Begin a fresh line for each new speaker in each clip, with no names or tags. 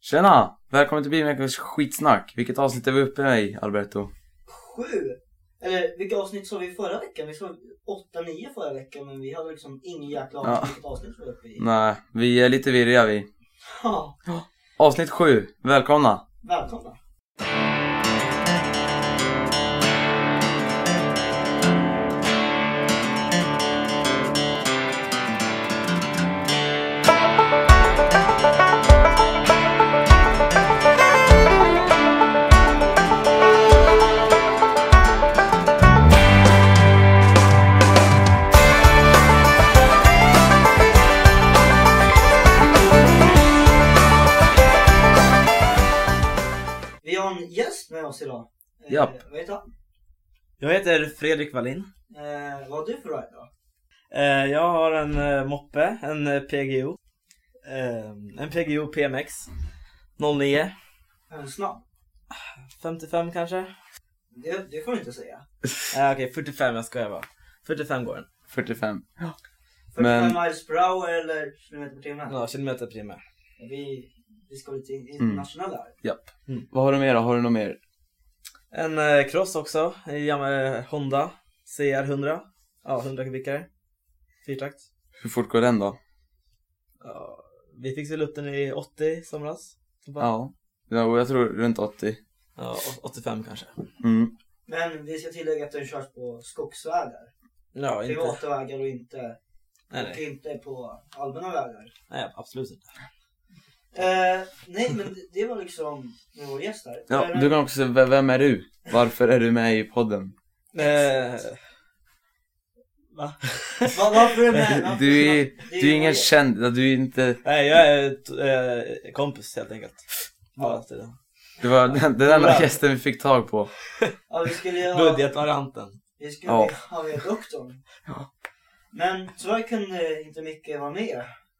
Tjena! Välkommen till Bilmekars skitsnack. Vilket avsnitt är vi uppe i, Alberto?
Sju! Eller vilka avsnitt såg vi förra veckan? Vi såg 8-9 förra veckan men vi hade liksom ingen jäkla aning
Ja.
om vilket avsnitt vi var uppe i.
Nej, vi är lite virriga vi.
Ja,
Avsnitt 7. Välkomna!
välkomna! Vi har en gäst med oss idag. Eh,
Japp.
Vad heter han?
Jag heter Fredrik Wallin.
Eh, vad har du för ride då?
Eh, Jag har en eh, moppe, en eh, PGO. Eh, En PGO PMX 09.
En snabb?
55 kanske? Eh,
Det, det får du inte säga.
Okej, 45 jag skojar bara. 45 går den.
45.
45
Men-
miles per hour eller kilometer per timme?
Ja, Mm. kilometer prima.
Vi, vi ska bli till internationella här.
Vad har du mer då? Har du något mer?
En eh, cross också, en gam- eh, Honda CR100. Ja, 100 kubikare. Fyrtakt.
Hur fort går den då?
Ja, vi fick väl upp den i 80 i somras. Så bara-
Ja. Jo, jag tror runt 80.
Ja, å- 85 kanske.
Mm.
Men vi ska tillägga att den körs på skogsvägar.
Ja, inte.
Privata vägar och inte,
Nej,
och
nej.
inte på allmänna vägar.
nej absolut inte.
Eh, nej men det- det var liksom med vår gäst här.
Ja,
Eh,
du kan också säga, "V- vem är du? Varför är du med i podden?
Eh, va?
vad- Varför är du med? Varför-
Du är,
det
du är ingen
vår-
känd, ja, du är inte...
Nej, jag är t- eh, kompis helt enkelt.
Ja.
Ja.
Det var den, den enda gästen vi fick tag på.
Ja, vi skulle ju ha,
Budgetvarianten.
vi skulle
Ja.
ju ha med doktorn.
Ja.
Men tyvärr kunde inte Micke vara med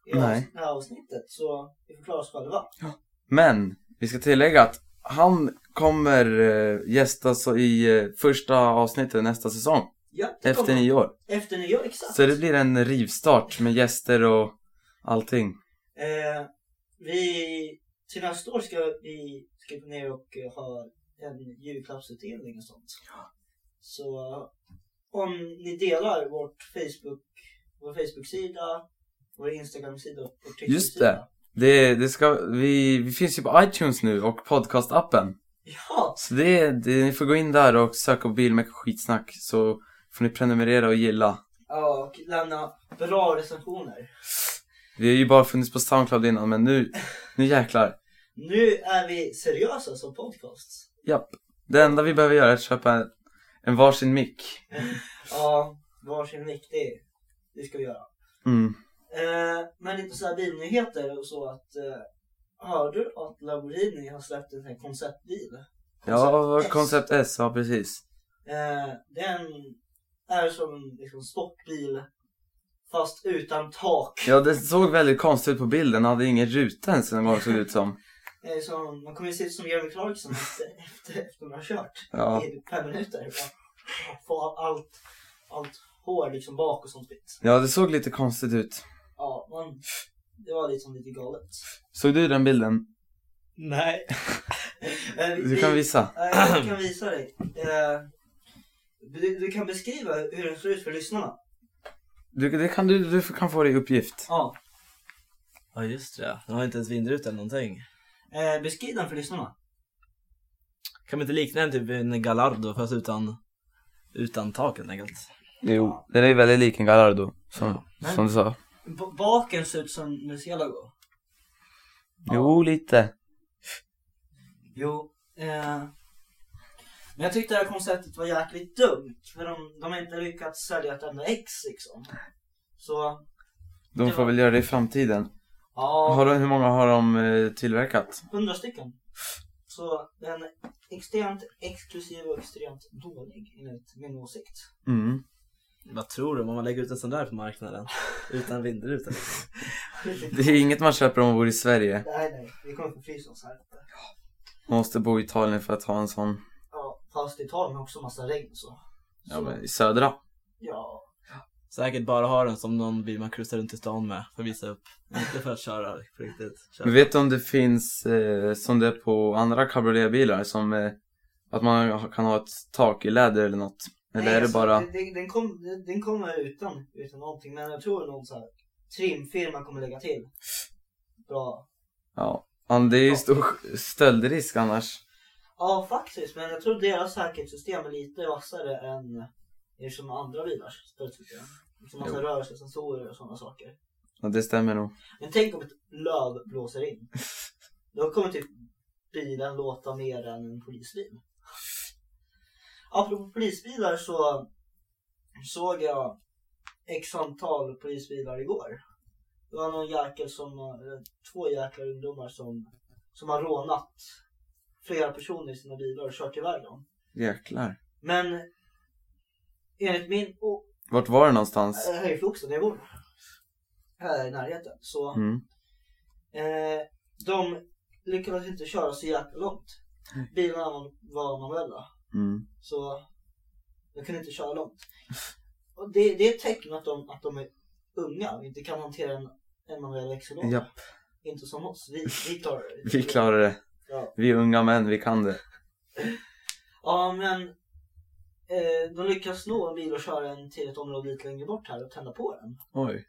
i
Nej.
avs- det här avsnittet så vi får klara oss själva.
Men vi ska tillägga att han kommer eh, gästas i eh, första avsnittet nästa säsong.
Ja, det
Efter
kommer.
nio år.
Efter nio, exakt.
Så det blir en rivstart med gäster och allting.
Eh, vi, till nästa år ska vi ska gå ner och eh, ha en julklappsutdelning och sånt. Så eh, om ni delar vårt Facebook, vår Facebook-sida, vår Instagram-sida och vår Twitter-sida.
Just det. Det, det ska, vi, vi finns ju på iTunes nu och podcastappen.
Ja,
Så det, det, ni får gå in där och söka på Bilmek och skitsnack så får ni prenumerera och gilla.
ja, och lämna bra recensioner.
Vi har ju bara funnits på Soundcloud innan men nu, nu jäklar.
Nu är vi seriösa som podcast.
Japp. Det enda vi behöver göra är att köpa en, en varsin mick.
Ja, varsin viktig. Det ska vi göra.
Mm.
Eh, men lite såhär bilnyheter och så att eh, Hörde du att Lamborghini har släppt en sån här konceptbil?
Ja,
Koncept S.
koncept S, ja precis.
Eh, den är som en liksom, sportbil fast utan tak.
Ja, det såg väldigt konstigt ut på bilden. Han hade ingen ruta ens en gång såg det ut som.
Eh, som, man kommer ju se ut som Jeremy Clarkson efter, efter, efter man har kört
Ja.
i fem minuter. Bara Få allt, allt hår liksom bak och sånt skit.
ja, det såg lite konstigt ut.
Ja, man, det var liksom lite galet.
Såg du den bilden?
Nej.
Eh,
Du kan visa.
Eh, Jag kan visa dig. Eh, Du, du kan beskriva hur den ser ut för lyssnarna.
Du, det kan du, du kan få det i uppgift.
Ja.
Ja, just det. ja. Den har inte ens vindruta eller någonting.
Eh, Beskriv den för lyssnarna.
Kan man inte likna den typ vid en Gallardo fast utan, utan tak helt enkelt?
Jo, den är väldigt lik en Gallardo. Som,
Men-
som du sa.
B- baken ser ut som Murcielago.
Jo, lite.
Jo. Eh, men jag tyckte det här konceptet var jäkligt dumt. För de, de har inte lyckats sälja ett enda ex liksom. Så,
De får väl göra det i framtiden.
ja.
Har de, hur många har de eh, tillverkat?
Hundra stycken. Så den är extremt exklusiv och extremt dålig enligt min åsikt.
Mm.
Vad tror du om man lägger ut en sån där på marknaden? Utan vindruta?
Det är inget man köper om man bor i Sverige.
nej, nej. Vi kommer förfrysa oss här.
Man måste bo i Italien för att ha en sån.
Ja, fast i Italien har också massa regn så.
Ja,
Så,
men i södra.
ja.
Säkert bara ha den som någon bil man cruisar runt i stan med för att visa upp. Inte för att köra på riktigt. Köra.
Men vet du om det finns eh, som det är på andra cabrioletbilar som eh, att man ha- kan ha ett tak i läder eller något? Eller
Nej,
är det
alltså,
bara...
Den, den- den, kom, den- den kommer utan, utan någonting. Men jag tror någon så här trimfirma kommer lägga till. Bra.
Ja. Ja, Det är ju stor stöldrisk annars.
Ja, faktiskt. Men jag tror deras säkerhetssystem är lite vassare än er som andra bilars stödsystem. Som massa
Jo.
rörelsesensorer och sådana saker.
Ja, det stämmer nog.
Men tänk om ett löv blåser in. Då kommer typ bilen låta mer än en polisbil. Apropå polisbilar så såg jag x antal polisbilar igår. Det var någon jäkel som, eh, två jäkla ungdomar som, som har rånat flera personer i sina bilar och kört iväg dem.
Jäklar.
Men enligt min, och
Vart var det någonstans?
eh, här i Flogsta där jag bor, här i närheten, så
Mm.
Eh, de lyckades inte köra så jäkla långt. Bilarna var- var manuella.
Mm.
Så de kunde inte köra långt. Och det, det är ett tecken att de, att de är unga och inte kan hantera en, en manuell växellåda.
Japp.
Inte som oss. Vi, vi klarar det.
Vi klarar det.
Ja.
Vi är unga män, vi kan det.
Ja men eh, de lyckas nå en bil och köra en till ett område lite längre bort här och tända på den.
Oj.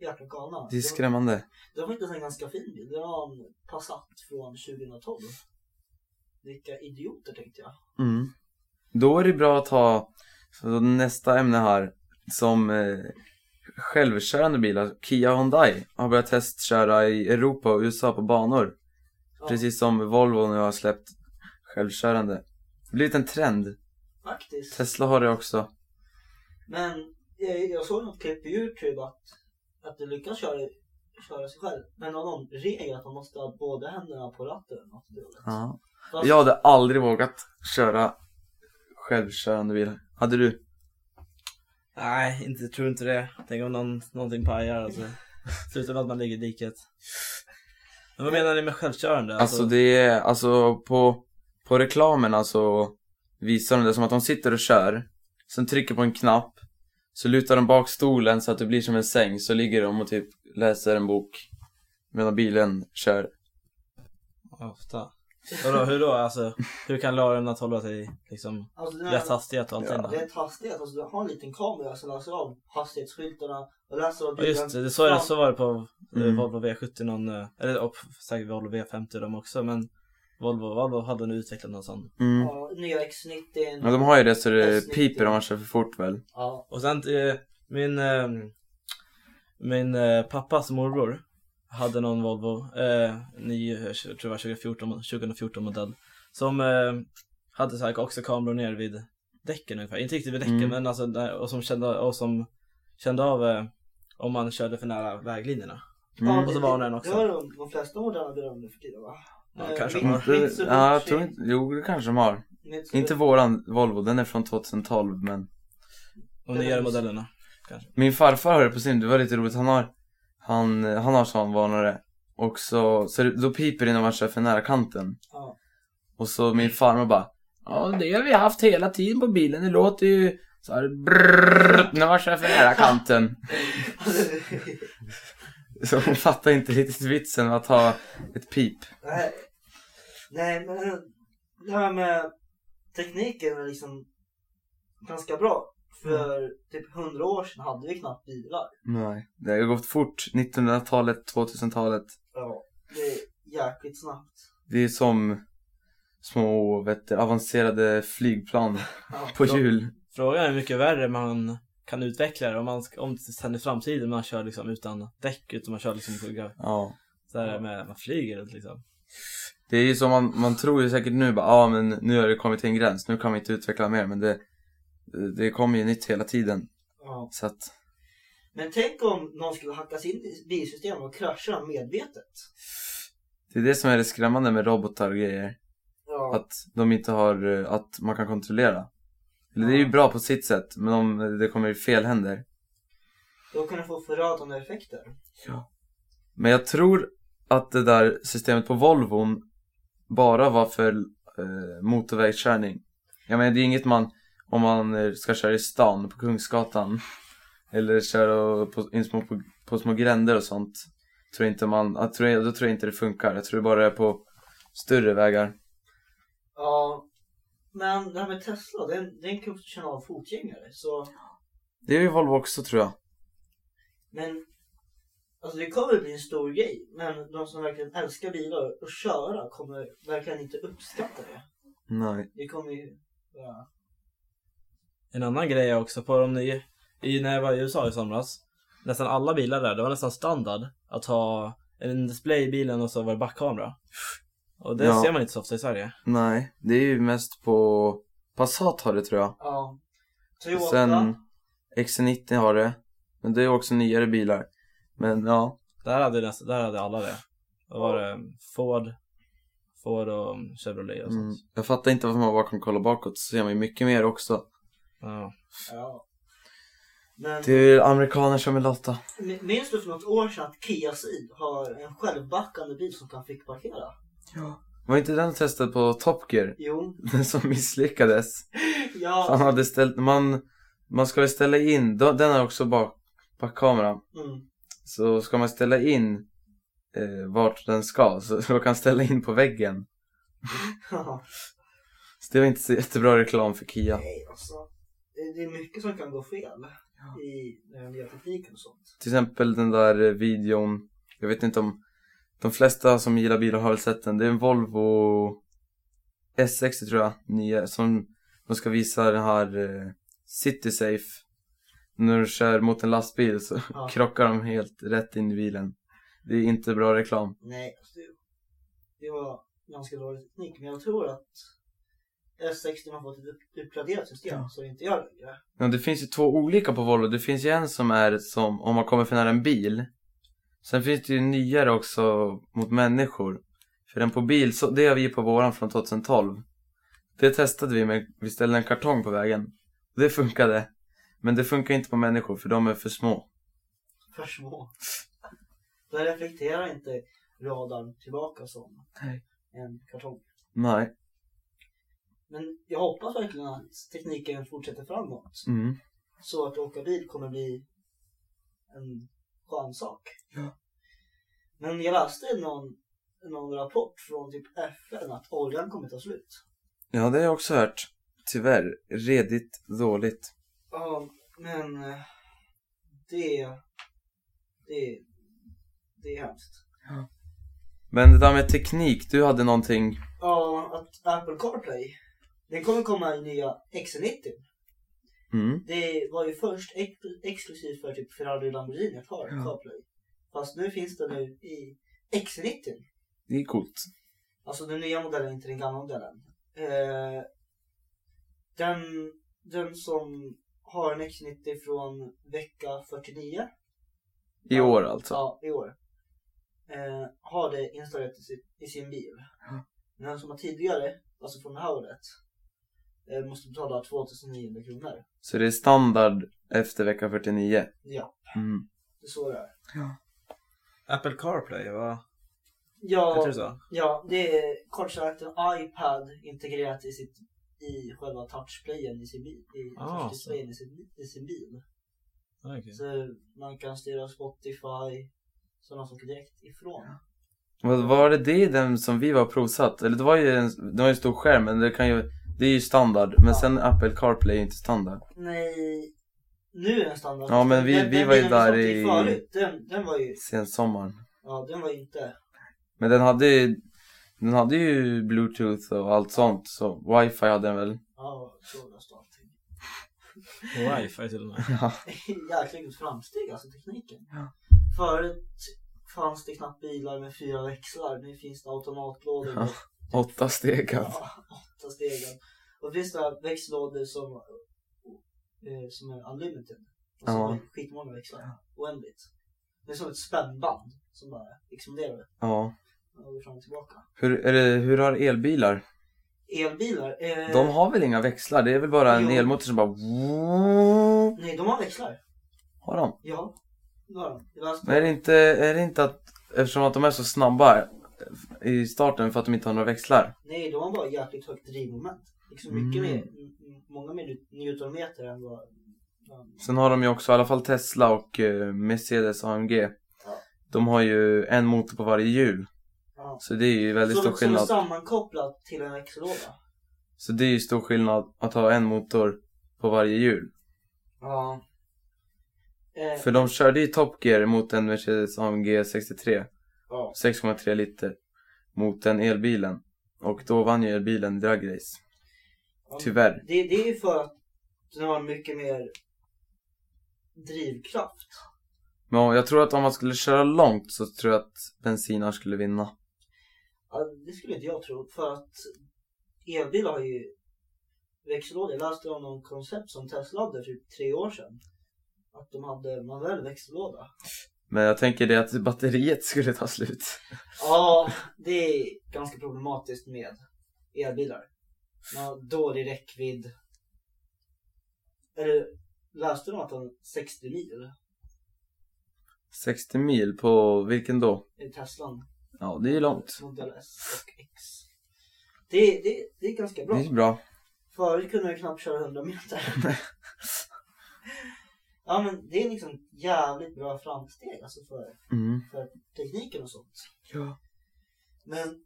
Jäkla galna.
Det är
Det var-
skrämmande.
Det var inte ens en ganska fin bil. Det var en Passat från 2012. Vilka idioter tänkte jag.
Mm. Då är det bra att ha så nästa ämne här som eh, självkörande bilar. Kia och Hyundai har börjat testköra i Europa och USA på banor.
Ja,
Precis som Volvo nu har släppt självkörande. Det har blivit en trend.
Faktiskt.
Tesla har det också.
Men jag, jag såg något klipp på Youtube att, att du lyckas köra, köra sig själv. Men av någon regel att man måste ha båda händerna på ratten. eller något i det hållet.
Ja.
Fast,
Jag hade aldrig vågat köra självkörande bilar. Hade du?
Nej, inte, tror inte det. Tänk om någon, någonting pajar alltså. Slutar med att man ligger i diket. Men vad menar ni med självkörande?
Alltså det är, alltså på, på reklamerna så visar de det som att de sitter och kör, sen trycker på en knapp, så lutar de bak stolen så att det blir som en säng, så ligger de och typ läser en bok medan bilen kör.
Ofta. Vadå, hur då? Alltså, hur kan lörarna hålla sig liksom
alltså, den här-
rätt hastighet och allting? då?
Rätt hastighet. Alltså, du har en liten kamera som läser av hastighetsskyltarna och läser av
Ja just det, det så, är det, så var det på eh,
Mm.
Volvo V70 någon, eh, eller och säkert Volvo V50 de också men Volvo, Volvo hade nu utvecklat någon sån.
Mm.
Ja, nya X90.
Ja, de har ju det så det piper om man kör för fort väl.
ja.
Och sen eh, min, eh, min eh, pappas morbror hade någon Volvo, eh, ny, eh, tror jag var 2014, 2014 modell. Som eh, hade så här också kameror ner vid däcken ungefär, inte riktigt vid däcken
Mm.
men alltså där, och som kände, och som kände av eh, om man körde för nära väglinjerna.
Ja,
Mm.
Och så
det-
var den
det-
också.
Det har de, de flesta moderna bilar nu för tiden va?
Ja,
Eh,
kanske
min-
de har.
Inte,
min Mitsubishi-
Mm, ja, jag tror inte, jo det kanske de har.
Mitsubishi-
Inte våran Volvo, den är från 2012 men
De nyare modellerna.
Min farfar har det på sin, det var lite roligt, han har Han, han har sån varnare Och så, så det, då piper det när man kör för nära kanten
Ja.
Och så min farmor bara Ja det har vi haft hela tiden på bilen, det låter ju så här brrrr, när man kör för nära kanten Så hon fattar inte riktigt vitsen med att ha ett pip
Nej, nej men det här med tekniken är liksom ganska bra. För typ 100 år sedan hade vi knappt bilar.
Nej Det har gått fort, 1900-talet, 2000-talet
Ja. Det är jäkligt snabbt.
Det är som små, vet du, avancerade flygplan
Ja.
på
Ja.
hjul
Frågan är hur mycket värre man kan utveckla det om, man, ska- om det sen i framtiden man kör liksom utan däck utan man kör liksom på-
Ja
så här med, man flyger runt liksom.
Det är ju som man, man tror ju säkert nu bara, ja ah, men nu har det kommit till en gräns, nu kan vi inte utveckla mer men det Det kommer ju nytt hela tiden
Ja.
så att
Men tänk om någon skulle hacka sig in i bilsystemet och krascha medvetet.
Det är det som är det skrämmande med robotar och grejer
Ja.
Att de inte har, eh, att man kan kontrollera Eller det är ju bra på sitt sätt men om det kommer i fel händer
Då kan det få förödande effekter.
Men jag tror att det där systemet på Volvon bara var för eh, motorvägskörning Jag menar det är inget man, om man eh, ska köra i stan på Kungsgatan Eller köra på, in små, på, på små gränder och sånt. Tror inte man, jag tror, då tror jag inte det funkar. Jag tror det bara är på större vägar.
Ja. Men det här med Tesla, den, den kan ju känna av fotgängare. Så,
Det är ju Volvo också tror jag.
men alltså det kommer bli en stor grej. Men de som verkligen älskar bilar och köra kommer verkligen inte uppskatta det.
Nej.
Det kommer ju vara...
En annan grej är också på de nya, i när jag var i USA i somras. Nästan alla bilar där, det var nästan standard att ha en display i bilen och så var det backkamera. Och det
Ja.
ser man inte så ofta i Sverige.
Nej. Det är ju mest på Passat har det tror jag.
Ja. Toyota.
Sen XC90 har det. Men det är också nyare bilar. Men ja.
Där hade, nästan, där hade alla det. Då var det Ford, Ford och Chevrolet och sånt.
Mm, jag fattar inte varför man bara kan kolla bakåt så ser man ju mycket mer också.
Ja.
Ja. Men
Det är amerikaner som är lata.
mi- minns du för något år sedan att Kia Ceed har en självbackande bil som kan fick parkera?
Var inte den testad på Top Gear?
Jo.
Den som misslyckades. Han
Ja.
hade ställt, man, man ska väl ställa in, då- den har också bak, bakkamera.
Mm.
Så ska man ställa in eh, vart den ska, så man kan ställa in på väggen. Så det var inte så jättebra reklam för Kia.
Nej, alltså. Det det är mycket som kan gå fel i den nya tekniken och sånt.
Till exempel den där eh, videon, jag vet inte om de flesta som gillar bilar har väl sett den. Det är en Volvo S60 tror jag, nya, som de ska visa den här eh, City Safe. När du kör mot en lastbil så
Ja.
krockar de helt rätt in i bilen. Det är inte bra reklam.
Nej, alltså det, det var ganska dålig teknik. Men jag tror att S60 har fått ett upp- uppgraderat system så det inte gör det längre.
Ja, det finns ju två olika på Volvo. Det finns ju en som är som om man kommer för nära en bil. Sen finns det ju nyare också mot människor. För den på bil, så, det har vi på våran från 2012. Det testade vi med, vi ställde en kartong på vägen. Det funkade. Men det funkar inte på människor för de är för små.
För små. Den reflekterar inte radarn tillbaka som
Nej.
en kartong.
Nej.
Men jag hoppas verkligen att tekniken fortsätter framåt.
Mm.
Så att åka bil kommer bli en skön sak.
Ja.
Men jag läste någon, någon rapport från typ FN att oljan kommer ta slut.
Ja, det har jag också hört. Tyvärr. Redigt dåligt.
Ja, men eh, det, det, det är hemskt.
Men det där med teknik, du hade någonting.
Ja, att Apple CarPlay, den kommer komma i nya XC90.
Mm.
Det var ju först ex- exklusivt för typ Ferrari och Lamborghini att ha
Ja.
CarPlay. Fast nu finns det nu i XC90.
Det är coolt.
Alltså den nya modellen, inte den gamla modellen. Eh, den, den som har en X90 från vecka 49.
I
Ja.
år alltså.
Ja, i år. Eh, har det installerat i sin, i sin bil.
Ja.
Men den som har tidigare, alltså från det här året, eh, måste betala 2900 kronor.
Så det är standard efter vecka 49.
Ja,
Mm.
det är så det är.
Apple CarPlay, va? Heter
Ja,
det så?
ja, det är kort sagt en iPad integrerat i, sitt, i själva touchplayen i sin bil. I,
Ah, så.
touchdisplayen i sin, i sin bil.
Ah, okej.
Så man kan styra Spotify, sådana saker direkt ifrån.
Vad var det det den som vi var provsatt? Eller det var ju en, det var ju en stor skärm men det kan ju, det är ju standard. Men
Ja.
sen Apple CarPlay är inte standard.
Nej, nu är den standard.
Ja, men vi- vi var ju
bilen
där
satt
i-
Förut, den, den var ju,
Sen sommaren.
ja den var ju inte.
Men den hade ju, den hade ju bluetooth och allt sånt. Så wifi hade den väl.
Ja, så löst allting.
Wifi till och med.
Jäkligt vilket framsteg alltså tekniken.
Ja.
Förut fanns det knappt bilar med fyra växlar. Nu finns det automatlådor med
Ja. Åtta steg alltså.
ja, åtta stegen. Och finns det växellådor som, eh, som är unlimited. Alltså
Ja.
ja. skitmånga växlar. Oändligt. Det är som ett spännband som bara exploderar
Ja.
och går fram och tillbaka.
Hur, är det, hur har elbilar?
Elbilar. Eh,
De har väl inga växlar? Det är väl bara en
Jo.
elmotor som bara...
Nej, de har växlar.
Har de?
Ja, det har de. Det var-
Men är det inte, är det inte att, eftersom att de är så snabba i starten för att de inte har några växlar?
Nej, de har bara
Mm.
jäkligt högt drivmoment. Liksom mycket mer, m- m- många mer newtonmeter än vad
Sen har de ju också, i alla fall Tesla och eh, Mercedes AMG. De har ju en motor på varje hjul.
Ja.
Så det är ju väldigt stor
Som, som är
skillnad.
sammankopplat till en växellåda.
Så det är ju stor skillnad att ha en motor på varje hjul.
Ja. Eh,
För de körde ju Top Gear mot en Mercedes AMG 63.
ja.
6,3 liter. Mot den elbilen. Och då vann ju elbilen dragrace.
Ja.
Tyvärr.
Det, det är ju för att den har mycket mer drivkraft.
Men jag tror att om man skulle köra långt så tror jag att bensinaren skulle vinna.
Ja, det skulle inte jag tro. För att elbilar har ju växellådor. Jag läste om någon koncept som Tesla hade typ tre år sedan. Att de hade manuell växellåda.
Men jag tänker det att batteriet skulle ta slut.
Ja, det är ganska problematiskt med elbilar. Man har dålig räckvidd. Eller läste du något om 60 mil
60 mil på vilken då?
i Teslan?
Ja, det är ju långt.
Model S och X. Det, det, det är ganska
Det
bra.
är ju bra.
Förut kunde jag knappt köra 100 meter. ja men det är liksom jävligt bra framsteg alltså för
Mm.
tekniken och sånt.
Ja.
Men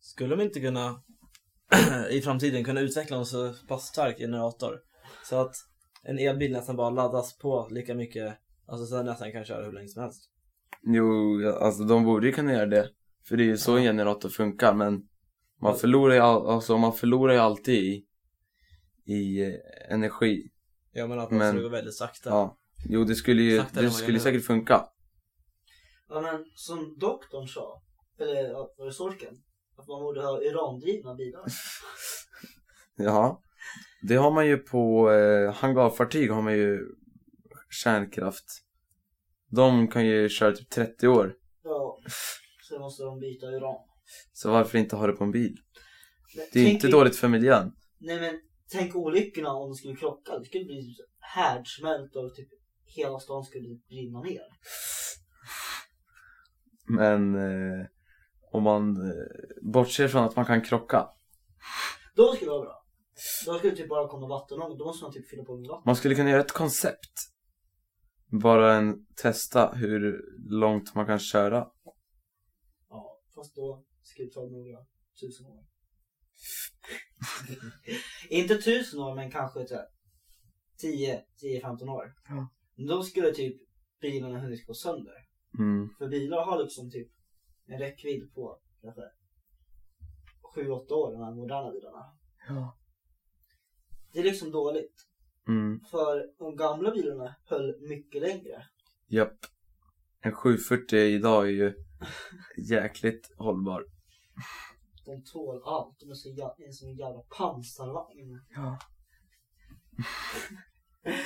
Skulle de inte kunna i framtiden kunna utveckla en så pass stark generator så att en elbil nästan bara laddas på lika mycket, alltså så den nästan kan köra hur länge som helst.
Jo, ja, alltså de borde ju kunna göra det. För det är ju så en generator funkar, men man förlorar ju, all, alltså, man förlorar ju alltid i, i eh, energi.
Ja men att den
Men-
skulle gå väldigt sakta.
Ja. Jo, det skulle ju
Sakta än
det
vad
skulle
jag gör.
säkert funka.
Ja men som doktorn sa, eller ja, var det Sorken? Att man borde ha urandrivna bilar.
Ja. Det har man ju på eh, hangarfartyg har man ju kärnkraft. De kan ju köra typ 30 år.
Ja, så måste de byta uran.
Så varför inte ha det på en bil?
Men
Det är ju
tänk
inte
i-
dåligt för miljön.
Nej men tänk olyckorna om de skulle krocka. Det skulle bli härdsmält och typ hela stan skulle brinna ner.
Men eh, om man eh, bortser från att man kan krocka.
Då skulle det vara bra. Då skulle det typ bara komma vatten och då måste man typ fylla på med vatten.
Man skulle kunna göra ett koncept. Bara en testa hur långt man kan köra.
Ja, fast då skulle det ta några tusen år. Inte tusen år men kanske så här 10, 10-15 år.
Ja.
Då skulle typ bilarna hunnit gå sönder.
Mm.
För bilar har liksom typ en räckvidd på kanske 7-8 år, de här moderna bilarna.
Ja.
Det är liksom dåligt.
Mm.
För de gamla bilarna höll mycket längre.
Japp. En 740 idag är ju jäkligt hållbar.
De tål allt. De är så jä- en sån jävla pansarvagn.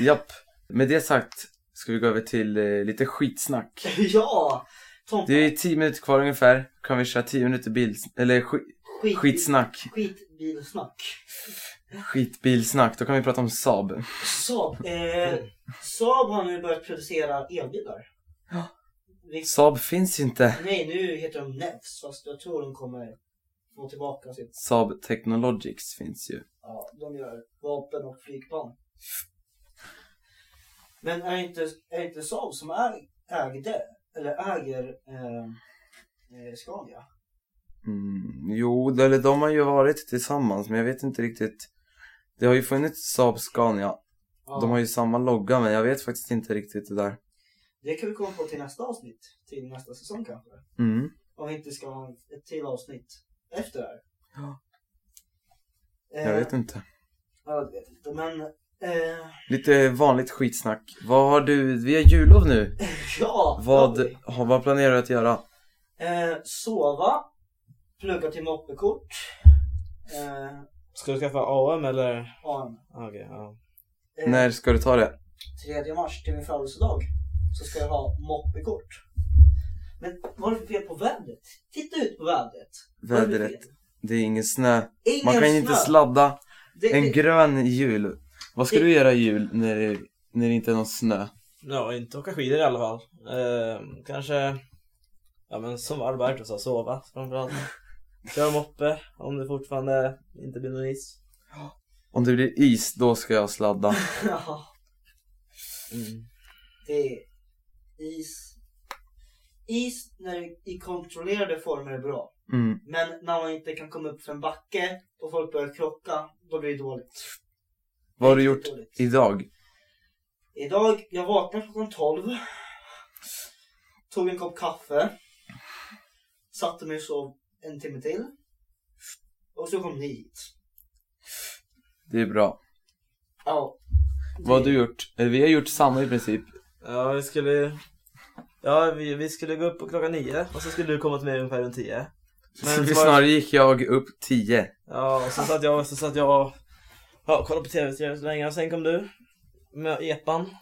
Japp. Med det sagt ska vi gå över till eh, lite skitsnack.
ja! Tompa,
Det är 10 minuter kvar ungefär. Kan vi köra 10 minuter bil... Eller sk...
skit,
skitsnack.
skitbilsnack.
Skitbilsnack. Då kan vi prata om Saab.
Saab, eh, Saab har nu börjat producera elbilar.
Ja.
Visst,
Saab finns ju inte.
nej, nu heter de Nevs, fast jag tror de kommer få tillbaka sitt
Saab Technologics finns ju.
Ja, de gör vapen och flygplan. Men är det inte, är det inte Saab som är, ägde, eller äger eh, eh, Scania?
Mm, jo, eller de har ju varit tillsammans men jag vet inte riktigt. Det har ju funnits Saab Scania.
Ja,
De har ju samma logga men jag vet faktiskt inte riktigt det där.
Det kan vi komma på till nästa avsnitt, till nästa säsong kanske.
Mm.
Om vi inte ska ha ett till avsnitt efter det här.
Ja.
Eh,
Jag vet inte.
Ja, det vet jag inte. Men eh,
Lite vanligt skitsnack. Vad har du, vi har jullov nu.
ja,
Vad,
Bobby.
ha, vad planerar du att göra?
Eh, sova, plugga till moppekort, eh,
Ska du skaffa AM eller?
AM.
Ah, Okej, ja.
Eh,
När ska du ta det?
3 mars till min födelsedag så ska jag ha moppekort. Men vad är det för fel på vädret? Titta ut på vädret. Vad är det för
Vädret.
fel?
Det är ingen snö.
Ingen
Man kan ju
snö.
inte sladda.
Det,
En
det,
grön jul. Vad ska
Det-
du göra i jul när det, när det inte är någon snö?
Ja, inte åka skidor i alla fall. Ehm, kanske, ja men som Alberto sa, sova framförallt. Köra moppe om det fortfarande inte blir någon is.
Om det blir is, då ska jag sladda.
ja.
Mm.
Det är is. Is när det, i kontrollerade former är bra.
Mm.
Men när man inte kan komma upp för en backe och folk börjar krocka, då blir det dåligt.
Vad har du
Riktigt
gjort
dåligt.
idag?
Idag, jag vaknade klockan 12. Tog en kopp kaffe. Satte mig och sov en timme till. Och så kom ni hit.
Det är bra.
Ja.
Vad har du gjort? Eh, Vi har gjort samma i princip.
Ja, vi skulle... Ja, vi, vi skulle gå upp på klockan nio och så skulle du komma till mig ungefär runt tio.
Så vi
så var-
snarare gick jag upp 10.
Ja, och så satt jag, så satt jag och ja, kollade på tv så länge och sen kom du med epan.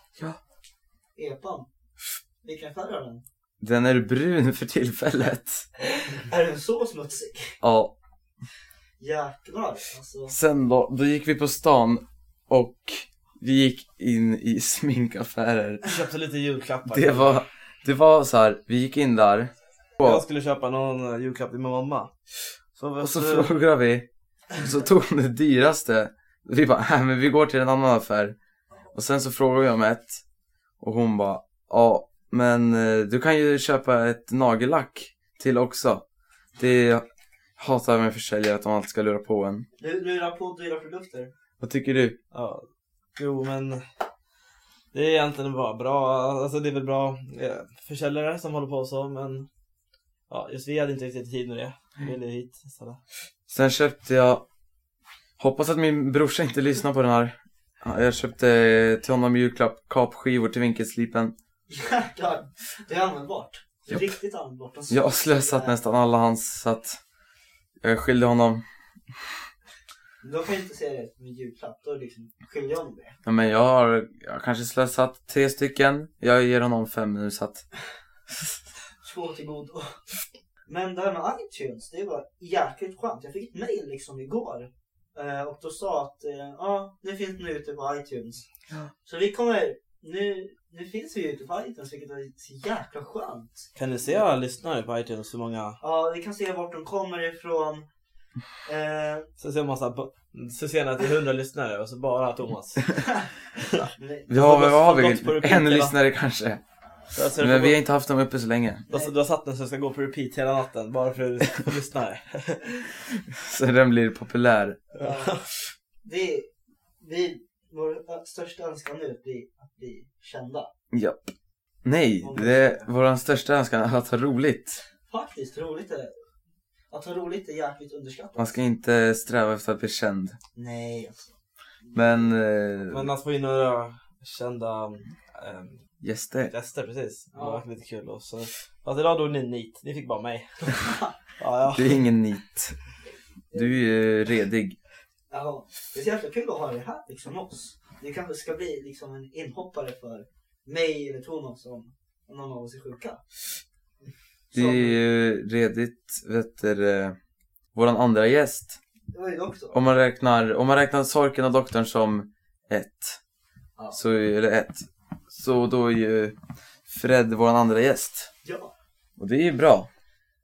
Epan. Vilken färg har den?
Den är brun för tillfället.
Är den så smutsig?
Ja.
Jäklar alltså.
Sen då, då gick vi på stan och vi gick in i sminkaffärer.
Köpte lite julklappar.
Det var, det var så här, vi gick in där
Jag skulle köpa någon eh, julklapp till min mamma. Så,
och så frågade vi, och så tog hon det dyraste. Vi bara, äh, men vi går till en annan affär. Och sen så frågade vi om ett och hon bara, ja men eh, du kan ju köpa ett nagellack till också. Det hatar jag med försäljare att de alltid ska lura på en.
Du lurar på dyra produkter.
Vad tycker du?
Ja, jo men det är egentligen bara bra, alltså det är väl bra eh, försäljare som håller på så men ja, just vi hade inte riktigt tid med det. Vi ville hit istället.
Sen köpte jag, hoppas att min brorsa inte lyssnar på den här. Ja, Jag köpte eh, till honom julklapp kapskivor till vinkelslipen.
Jäklar. Det är användbart.
Japp.
Riktigt användbart. De
Jag har slösat
smutsiga-
nästan alla hans så att jag skyllde honom.
Då Eh, kan jag inte säga det som en julklapp. Då liksom skiljer jag om det.
Ja, men jag har, jag har kanske slösat tre stycken. Jag ger honom fem nu så att.
Två till godo. Men det här med iTunes, det var jäkligt skönt. Jag fick ett mail liksom igår. eh, Och då sa att eh, ja, nu finns ni ute på iTunes.
Ja.
Så vi kommer, nu, nu finns vi ute på iTunes vilket är så jäkla skönt.
Kan ni se alla lyssnare på iTunes hur många?
Ja, vi kan se vart de kommer ifrån. Eh,
Så ser man så, här, på- så ser ni att det är 100 lyssnare och så bara Thomas.
nej,
Vi har, vad har
Gått på
vi?
repeat,
En
eller?
lyssnare kanske.
Så jag ser
Men
på-
vi har inte haft dem uppe så länge.
du, har, du har satt den så den ska gå på repeat hela natten bara för att lyssna.
Så den blir populär.
ja, det är, vi, vår ö- största önskan nu blir att bli kända.
Japp. Nej, det är våran största önskan att ha roligt.
Faktiskt, roligt är Att ha roligt är jäkligt underskattat.
Man ska inte sträva efter att bli känd.
Nej, alltså.
Men, eh,
Men att få in några kända ehm,
gäster.
gäster precis. Det
Ja.
var lite kul. Och så, fast idag drog ni en nit, ni fick bara mig. ja, ja.
Du är ingen nit. Du är eh, redig.
Jaha. Det är så jäkla kul att ha det här liksom oss. Det kanske ska bli liksom en inhoppare för mig eller Thomas om om någon av oss är sjuka.
Det är ju redigt, vet du, eh, våran andra gäst.
Det var ju det också.
Om man räknar, om man räknar Sorken och Doktorn som ett.
Ja.
Så, eller ett. Så då är ju Fred våran andra gäst.
Ja.
Och det är ju bra.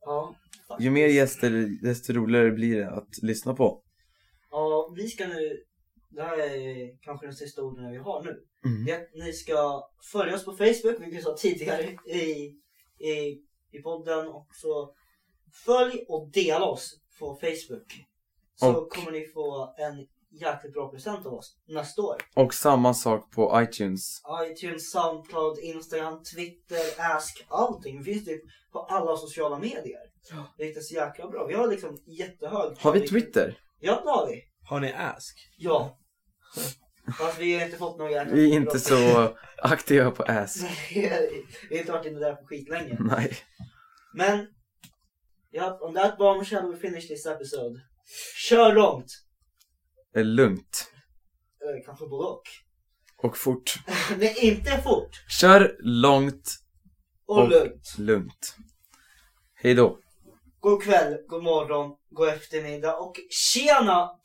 Ja.
Ju mer gäster, desto roligare blir det att lyssna på.
Ja, vi ska nu, det här är kanske den sista orden vi har nu. Det
Mm.
är att ni ska följa oss på Facebook, vilket vi sa tidigare i, i, i podden. Och så följ och dela oss på Facebook. Så
Och-
kommer ni få en jäkligt bra present av oss nästa år.
Och samma sak på iTunes.
iTunes, Soundcloud, Instagram, Twitter, Ask, allting. Vi finns typ på alla sociala medier.
Ja.
Vilket är så jäkla bra. Vi har liksom jättehög...
Har vi Twitter?
Ja, det har vi.
Har ni ask?
Ja. Fast vi har inte fått några jäkla
Vi är inte så aktiva på Ask.
Nej, vi har inte varit inne där på skitlänge.
Nej.
Men, ja, on that bombshell we finish this episode. Kör långt!
Det är lugnt.
Eh, kanske både och.
Och fort.
Nej, inte fort!
Kör långt,
Och,
Och-
lugnt.
lugnt. Hej då.
God kväll, god morgon, god eftermiddag och tjena